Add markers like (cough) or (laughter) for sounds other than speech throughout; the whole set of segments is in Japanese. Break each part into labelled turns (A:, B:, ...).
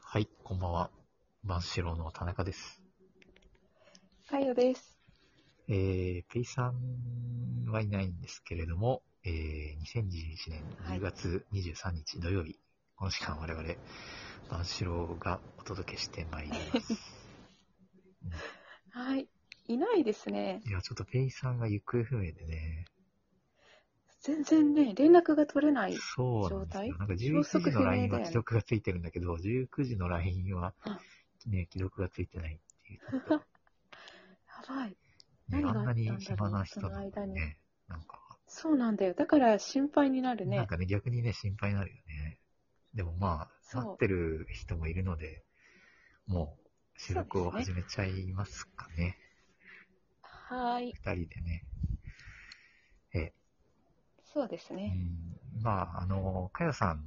A: はい、こんばんは。万志郎の田中です。
B: かよです。
A: えー、ペイさんはいないんですけれども、えー、2021年10月23日土曜日、この時間我々、万志郎がお届けしてまいり
B: (laughs)
A: ます。
B: はい。いないですね。
A: いや、ちょっとペイさんが行方不明でね、
B: 全然ね、連絡が取れない。
A: そうなんですよ。
B: 状態
A: なんか11時の LINE は
B: 消息不明だよね
A: 既読がついてるんだけど、19時の LINE は
B: あ、
A: ね、既読がついてないっていう。
B: (laughs) やばい。
A: ね、
B: 何
A: あ
B: があ
A: んな
B: ったんだろう
A: に暇な人なのに
B: その間に
A: ね、なんか、
B: そうなんだよ。だから心配になる
A: な
B: ね
A: ん。かね、逆にね、心配になるよね。でもまあ、
B: そう
A: なってる人もいるので、もう、収録を
B: そうです
A: 始めちゃいますかね。
B: はーい。
A: 二、人でね。
B: そうですね。
A: うん、まあ、あの、かよさん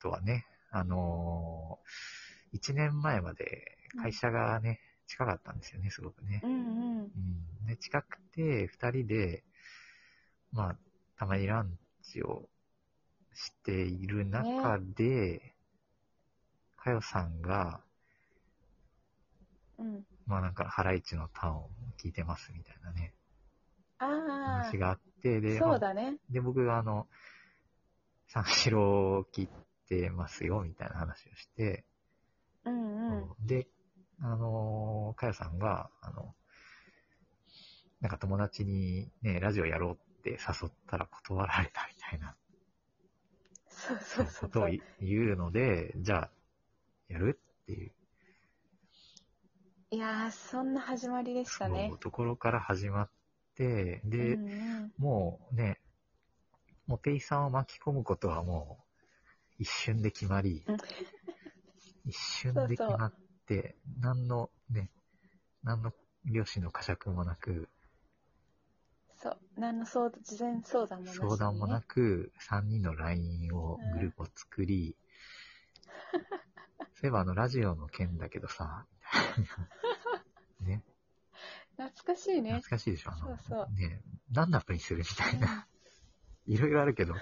A: とはね、あの、一年前まで会社がね、近かったんですよね、すごくね
B: う。んうん。
A: うん、で、近くて、二人で、まあ、たまにランチをしている中で、かよさんが、
B: うん。
A: まあなんか、ハライチのターンを聞いてますみたいなね、
B: ああ
A: 話。があって、で、
B: そう
A: まあ
B: だね。
A: で、僕があの、三四郎を切ってますよ、みたいな話をして、
B: うんうん。
A: で、あのーかよさんが、あの、なんか友達にね、ラジオやろうって誘ったら断られたみたいな
B: そうそうそ
A: こ
B: う
A: と
B: そ
A: を
B: う。
A: い言うので、じゃあ、やるっていう、
B: いやー、そんな始まりでしたね
A: そう。ところから始まって、
B: う
A: で、
B: んうん。
A: もうね、もうペイさんを巻き込むことはもう一瞬で決まり
B: うん、
A: 一瞬で決まって、何のね、何の両親の呵責もなく、
B: そう。何の相事前相談もなしにね
A: 相談もなく、3人の LINE を、グループを作り、そういえばあの、ラジオの件だけどさ、みたいな。ね、
B: 懐かしいね
A: 懐。かしいでしょ、あの、
B: そう
A: ね、何のアプリにするみたいな。いろいろあるけど、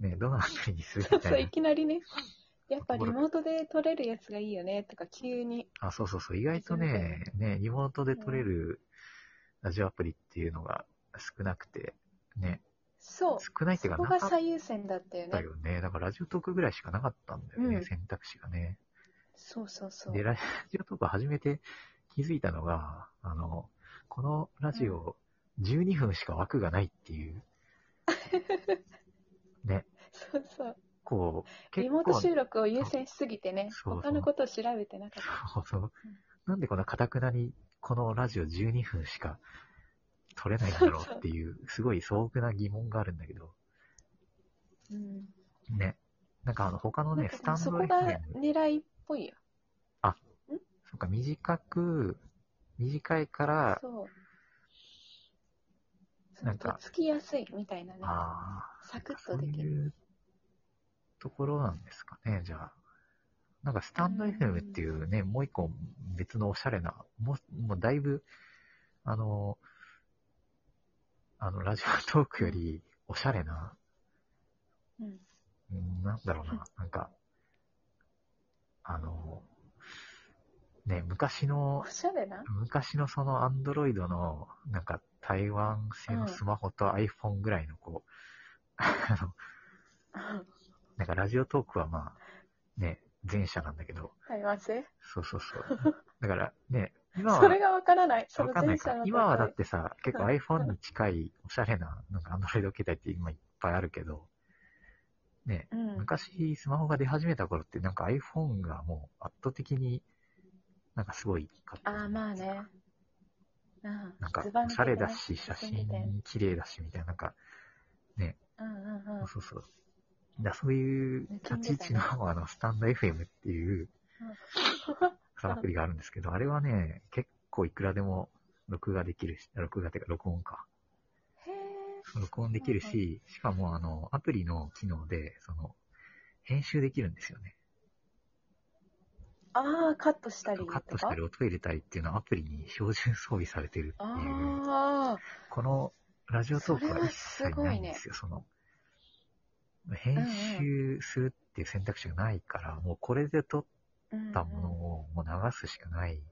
A: ね、どのアプリにする
B: そ
A: み
B: う
A: た
B: そう、
A: い
B: い
A: な。
B: きなりね。やっぱリモートで撮れるやつがいいよね、とか急に。
A: あ、そうそうそう、意外とね、ね、リモートで撮れるラジオアプリっていうのが少なくて、ね、
B: そう。
A: 少ないってい
B: そ
A: うか
B: こ
A: な
B: が
A: かっ
B: 最優先だったよ
A: た
B: ね。
A: よね。だからラジオトークぐらいしかなかったんだよね、
B: うん
A: 選択肢がね。
B: そうそうそう
A: で、。ラジ (laughs) オトークを始めて気づいたのが、あの、このラジオ、12分しか枠がないっていう、
B: そうそう。
A: こう、
B: リ
A: 結
B: モー
A: 構、
B: ト
A: そ
B: 収録を優先しすぎてね、
A: そうそう
B: 他のことを調べてなかっ
A: うそうなんでこんなかたくなに、このラジオ12分しか撮れないんだろうって
B: (laughs)
A: いう、すごい素朴な疑問があるんだけど、
B: た。うん。
A: ね。なんかあの、他の
B: なん
A: ね、
B: か
A: スタン
B: そ
A: ド
B: こが
A: FM、
B: 狙いっぽいよ。
A: そっか、短く、短いから、
B: そう。そ
A: なん
B: の
A: か
B: とっつきやすいみたいなね。
A: ああ、
B: サクッ
A: そ
B: と
A: う
B: できる。
A: いうところなんですかね、じゃあ。なんかスタンド
B: うん
A: FM っていうね、もう一個別のおしゃれな、もう、もうだいぶ、あの、あの、ラジオトークよりおしゃれな、
B: うん。
A: うんなんだろうな、なんか、あの、ね、昔の
B: お、しゃれな (laughs)
A: 昔のそのアンドロイドの、なんか台湾製のスマホと iPhone ぐらいのこう、あの、
B: うん
A: なんかラジオトークはまあ、ね、前者なんだけど、
B: 台湾製
A: そうそう
B: (laughs)
A: そう。だからね、今は、
B: それがわからない。そ
A: わ
B: の
A: かんな
B: 前
A: いか
B: 者。の
A: 今はだ
B: 段
A: ってさ、結構
B: う
A: iPhone に近いおしゃれな、なんか Android 携帯って今いっぱいあるけど、ね、
B: 階うん。
A: 昔スマホが出始めた頃ってなんか iPhone がもう圧倒的になんかすごいかった
B: あ
A: じゃない
B: あ、
A: ですか。
B: まあね。うん。
A: なんか
B: ズバ
A: お
B: 抜
A: しゃ
B: けてね
A: れだし、写真綺麗だしみたいな、なんか、
B: うんうんうん。
A: そうそう。だからそういう立ち位置のあのスタンド FM っていうそのアプリがあるんですけど、あれはね、結構いくらでも録画できるし、録画っていうか録音か。
B: へえ。
A: 録音できるし、しかもあの、アプリの機能で、その、編集できるんですよね。
B: ああ、カットしたりと
A: カ
B: か。
A: ットしたり音入れたりっていうのはアプリに標準装備されてるっていう。
B: ああ、
A: このラジオトークは一切ないんですよ、その。編集するっていう選択肢がないから、もうこれで撮っ
B: うん
A: たものをもう流すしかない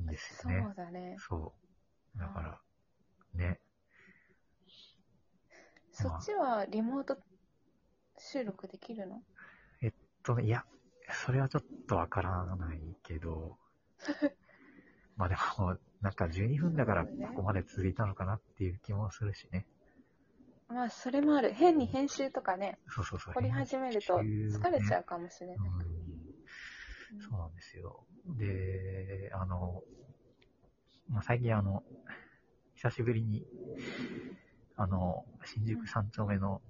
A: んですよね。
B: そうだね。
A: そう。だから、ね。
B: そっちはリモート収録できるの
A: とねいや、それはちょっとわからないけど、
B: (laughs)
A: まあでも、なんか12分だからこ
B: そうね
A: こまで続いたのかなっていう気もするしね。
B: まあ、それもある。変に編集とかね、
A: そうそうそう。
B: 掘り始めると疲れちゃうかもしれない。
A: うん、そうなんですよ。で、あの、まあ、最近あの、久しぶりに、あの、新宿三丁目の、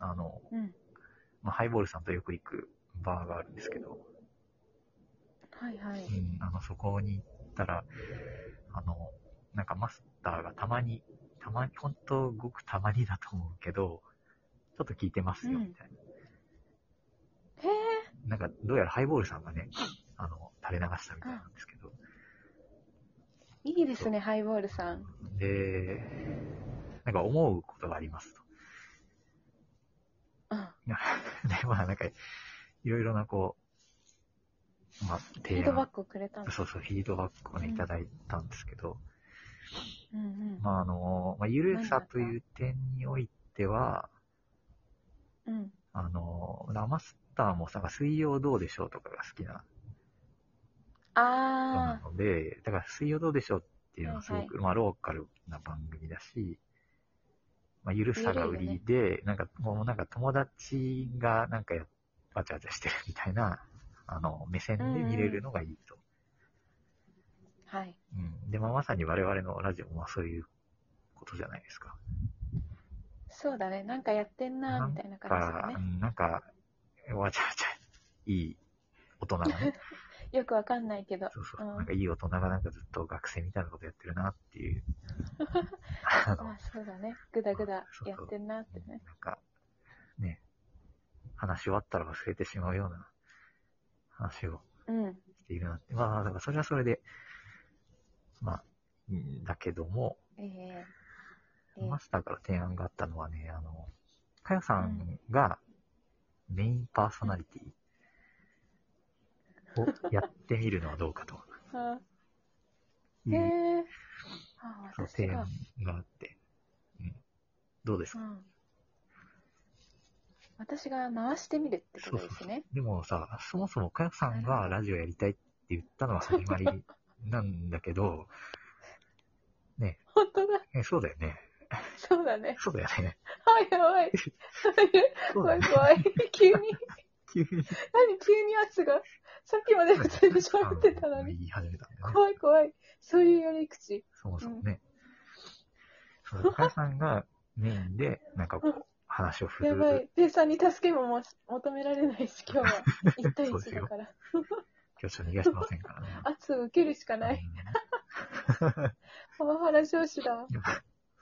A: あの、
B: うん。
A: まあ、ハイボールさんとよく行くバーがあるんですけど、
B: はいはい。
A: うん、あの、そこに行ったら、あの、なんかマスターがたまに、たまに、本当ごくたまにだと思うけど、ちょっと聞いてますよ、
B: うん
A: みたいな。
B: へえ。
A: なんか、どうやらハイボールさんがね、あの、垂れ流したみたいなんですけど。
B: いいですね、ハイボールさん。
A: で、なんか思うことがありますと。 (laughs)
B: うん。
A: で、まあなんか、いろいろなこう、まあ、
B: フィ
A: 提
B: ードバッ
A: 案、
B: クをくれたの。
A: そうそう、フィードバックをね、
B: うん
A: いただいたんですけど、
B: うんうん。
A: まああの、まあ、ゆるさという点においては、
B: うん。
A: あの、ラマスターもさ、水曜どうでしょうとかが好きな人な
B: あ
A: ので、だから水曜どうでしょうっていうのはすごく、
B: はい
A: まあローカルな番組だし、まあ、ゆるさが売りで、なんかもうなんか友達がなんかやわちゃわちゃしてるみたいな、あの、目線で見れるのがいいと。
B: あ。はい。
A: うん、で、まあ、まさに我々のラジオもそういうことじゃないですか。
B: そうだね。なんかやってんな、みたいな感じだ
A: か
B: ね
A: う。んなんか、わちゃわちゃ、いい大人がね、 (laughs)
B: よくわかんないけど。
A: そうそうう、
B: ん
A: なんかいい大人がなんかずっと学生みたいなことやってるなっていう、あの、
B: まあそうだね。ぐだぐだやってんなってね。
A: なんか、ね、話終わったら忘れてしまうような話を
B: うん。
A: しているなって、まあ、だからそれはそれで、まあ、いいんだけども、
B: ええええ
A: マスターから提案があったのはね、あの、かよさんがメインパーソナリティをやってみるのはどうかと
B: あ
A: い
B: へ
A: う
B: (laughs) え。ああ、
A: そう
B: 私
A: 提
B: が
A: 案。があって、うん、どうです
B: う
A: か、
B: ん。私が回してみるってことですね。
A: でもさ、そもそもかよさんがラジオやりたいって言ったのは始まり
B: (laughs)
A: なんだけど、
B: 本当だ。
A: えそうだよね。
B: そうだね。
A: そうだよね。
B: おいおい。
A: そうだよ
B: 怖い (laughs)
A: ね。
B: 怖い。急に。
A: 急に
B: 何急に圧が。さっきまで普通に喋ってたの
A: あ
B: に。
A: 言い始めたんだよね。
B: 怖い怖い。そういうやり口。
A: そもそもね。そう、かよさんがメインで、なんかこう、話を振
B: やば
A: る。
B: い。ペイさんに助けもも求められないし、今
A: (laughs)
B: 日は。1対
A: そうです
B: 1だ
A: よ
B: から。
A: 今日ちょっと逃がしません
B: (laughs)
A: からね。
B: 圧を受けるしかない。パワハラ上司だわ。
A: うん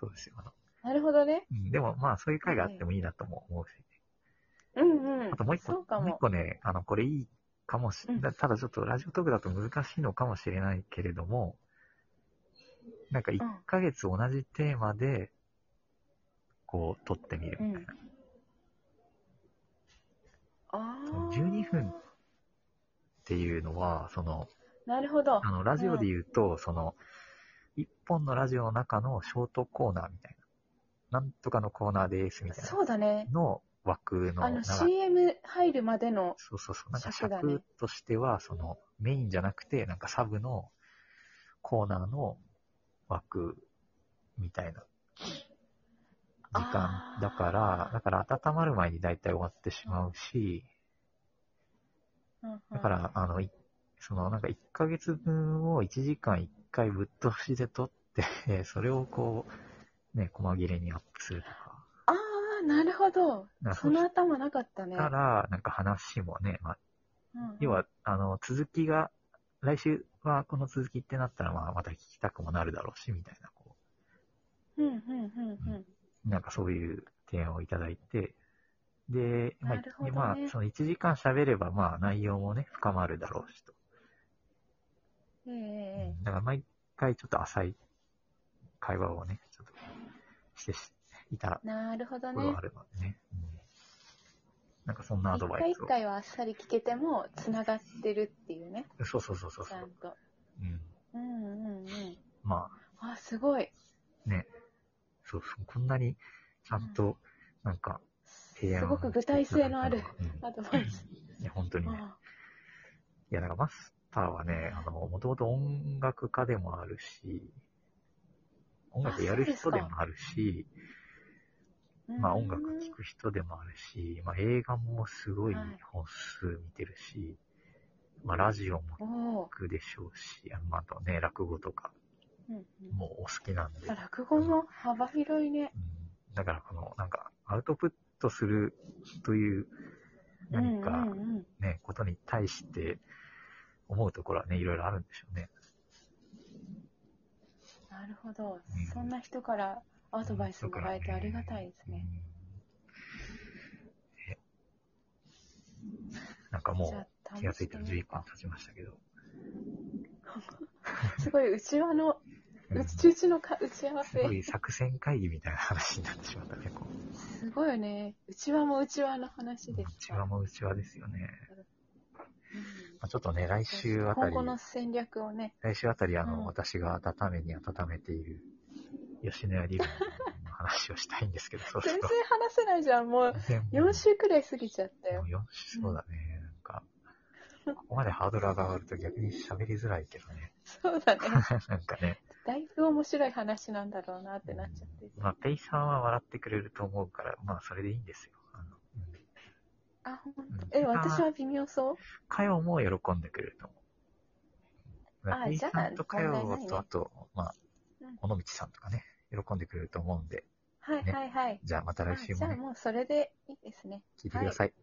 A: そうですよ。
B: なるほどね。
A: うんでもまあ、そういう会があってもいいなとも思うし。
B: うんうん。
A: あともう一個、
B: そうか
A: もう一
B: も。
A: 個ね、あの、これいいかもし、
B: うん
A: だただちょっとラジオトークだと難しいのかもしれないけれども、なんか1ヶ月同じテーマで、こう、撮ってみるみたいな。
B: ああ。
A: 12分っていうのは、その、
B: なるほど。
A: あの、ラジオで言うと、その、1本のラジオの中のショートコーナーみたいな。なんとかのコーナーですみたいな。
B: そうだね。
A: の枠の
B: あ
A: 長
B: の、
A: さ
B: CM 入るまでの、
A: そうそうそう。なんか
B: 尺だね
A: 尺としては、そのメインじゃなくて、なんかサブのコーナーの枠みたいな時間
B: あー
A: だから、だから温まる前に大体終わってしまうし、
B: うんうん
A: だから、あの、いそのなんか1ヶ月分を1時間1回ぶっ通しで撮って、それをこう、ね、細切れにアップするとか。
B: ああ、なるほど
A: な。
B: その頭なかったね。
A: だから、なんか話もね、まあ、
B: うんうん
A: 要は、あの、続きが、来週はこの続きってなったら、まあ、また聞きたくもなるだろうし、みたいな、こ
B: うんうんうんうん。
A: う、なんかそういう提案をいただいて、で、まあ、
B: なるほどね
A: でまあ、その1時間喋れば、まあ、内容もね、深まるだろうしと。
B: え
A: う
B: え
A: んだから、毎回ちょっと浅い会話をね、ちょっと、してしいた
B: なるほど
A: こと
B: ね
A: があ。るのでね。うんなんかそんなアド
B: 一
A: バ
B: 回
A: イ
B: 一
A: スを。
B: 回はあっさり聞けても、つながってるっていうね、
A: そうそうそうそう
B: ち
A: そ
B: ゃん
A: う。
B: と。
A: うん。
B: うんうんうん。
A: まあ、
B: あ、すごい。
A: そうそう。こんなにちゃんと、なんか、提案
B: すごく具体性のあるアドバイス。
A: うんいや、本当にね。
B: あ
A: いや、だからマスターはね、あの、もともと音楽家でもあるし、音楽やる人でもあるし、
B: うん
A: まあ音楽聴く人でもあるし、まあ映画もすごい
B: はい
A: 本数見てるし、まあラジオも
B: おお
A: 聞。くでしょうし、あのまああとね、落語とか
B: うんうん
A: もお好きなんで、
B: あ落語も幅広いね。
A: うんだからこの、なんか、アウトプットするという、何か、
B: うんうんうん、
A: ね、ことに対して思うところはね、いろいろあるんでしょうね。
B: なるほど
A: うん。
B: そんな人からアドバイスもらえてありがたいですね。
A: え。なんかも
B: じゃあ
A: う、気がついたら
B: 試して
A: 11
B: みよう
A: 分
B: か
A: 経ちましたけど。
B: すごい、うちわの、
A: うん
B: うちうちのか打ち合わ
A: すご
B: せ。
A: い作戦会議みたいな話になってしまったね。こう
B: すごいよね。うちわもうちわの話で
A: う
B: す
A: ち
B: か
A: わ
B: ら。
A: もうちわですよね。
B: うん
A: まあ、ちょっとね、来週あた
B: 今
A: り、
B: 後の戦略をね。
A: 来週あたり、あの、
B: うん
A: 私が温めに温めている吉野家リビングの話をしたいんです
B: (laughs)
A: けど、そうそ
B: 全
A: う
B: 然。話せないじゃん。もう
A: 全然
B: 4週くらい過ぎちゃった
A: で
B: よ
A: も。4週、そうだね。なんか、ここまでハードル上がると逆に喋りづらいけどね。 (laughs)
B: そうだね。
A: なんかね、
B: だいぶ面白い話なんだろうなってなっちゃって。
A: まあ、ペイさんは笑ってくれると思うから、まあ、それでいいんですよ。あのうん
B: あ、ほん
A: うん
B: え、私は微妙そう
A: カヨも喜んでくれると思う。
B: あ
A: ペイ
B: じ
A: さ
B: ゃあ
A: んとカヨ
B: 問題ない
A: と、
B: ね
A: あと、まあ
B: うん、
A: 尾道さんとかね、喜んでくれると思うんで、
B: はい
A: ね
B: はいはい。
A: じゃあまた
B: あ
A: 来週
B: じ
A: も
B: ゃあ
A: ね、
B: もうそれでいいですね。
A: 聞いてください。